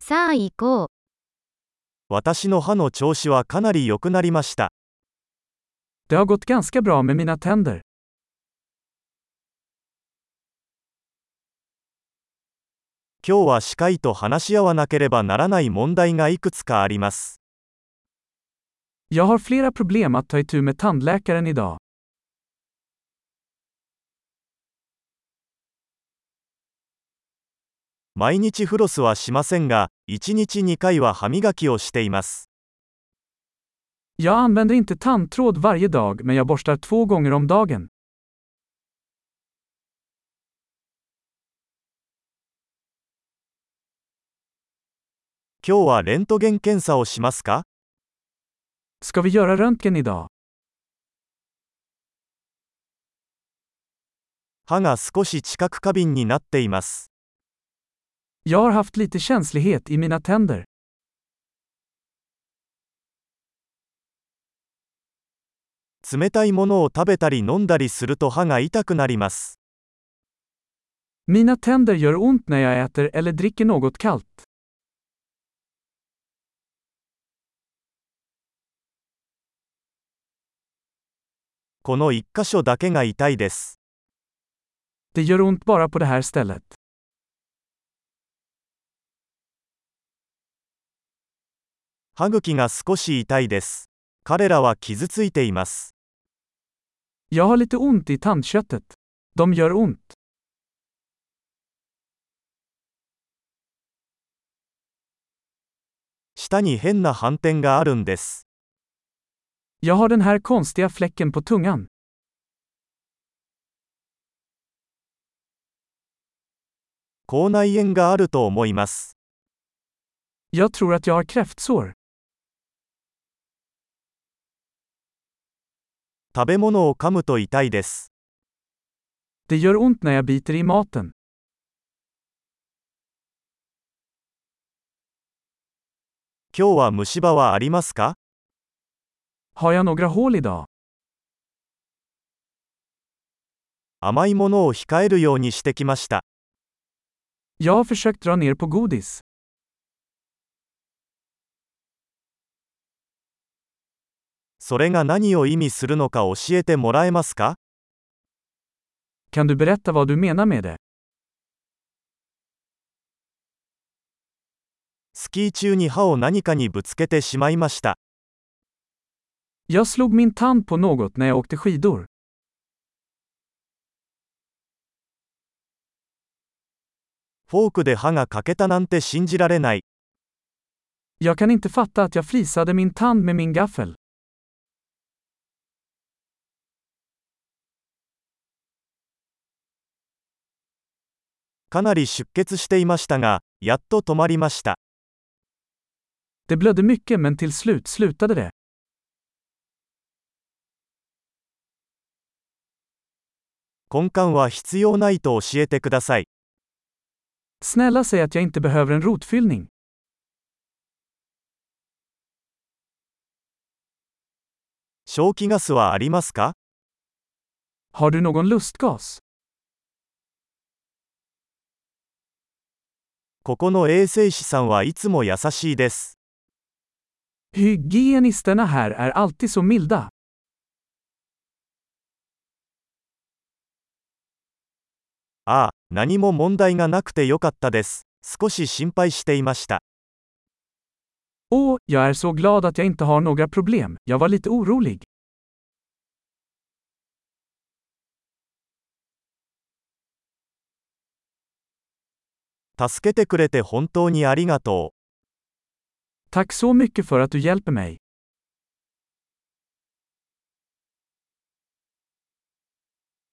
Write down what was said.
さあ行こう。私の歯の調子はかなり良くなりました。 Det har gått ganska bra med mina tänder. 今日は歯科医と話し合わなければならない問題がいくつかあります。 Jag har flera problem att ta itu med tandläkaren idag. 毎日フロスはしませんが、1日2回は歯磨きをしています。 Jag använder inte tandtråd varje dag men jag borstar två gånger om dagen. 今日はレントゲン検査をしますか Ska vi göra röntgen idag? 歯が少し近く過敏になっています。 Jag har haft lite känslighet i mina tänder. 冷たいものを食べたり飲んだりすると歯が痛くなります。 Mina tänder gör ont när jag äter eller dricker något kallt. この1箇所だけが痛いです。 Det gör ont bara på det här stället. 歯茎が少し痛いです。彼らは傷ついています。 Jag har lite ont i tandköttet. De gör ont. 舌に変な斑点があるんです。 Jag har den här konstiga fläcken på tungan. 口内炎があると思います。 Jag tror att jag har kräftsår. 食べ物を噛むと痛いです。 Det gör ont när jag biter i maten. 今日は虫歯はありますか Har jag några hål idag? 甘いものを控えるようにしてきました。 Jag har försökt dra ner på godis. それが何を意味するのか教えてもらえますか Kan du berätta vad du menar med det? スキー中に歯を何かにぶつけてしまいました。 Jag slog min tand på något när jag åkte skidor. フォークで歯が欠けたなんて信じられない。 Jag kan inte fatta att jag flisade min tand med min gaffel. かなり出血していましたが、やっと止まりました。 Det blödde mycket men till slut slutade det. 根幹は必要ないと教えてください。 Snälla säg att jag inte behöver en rotfyllning. 消気ガスはありますか Har du någon lustgas? ここの衛生士さんはいつも優しいです。 Hygienisterna här är alltid så milda. ああ、何も問題がなくてよかったです。少し心配していました。 Åh, jag är så glad att jag inte har några problem. Jag var lite orolig. 助けてくれて本当にありがとう。 Tack så mycket för att du hjälper mig.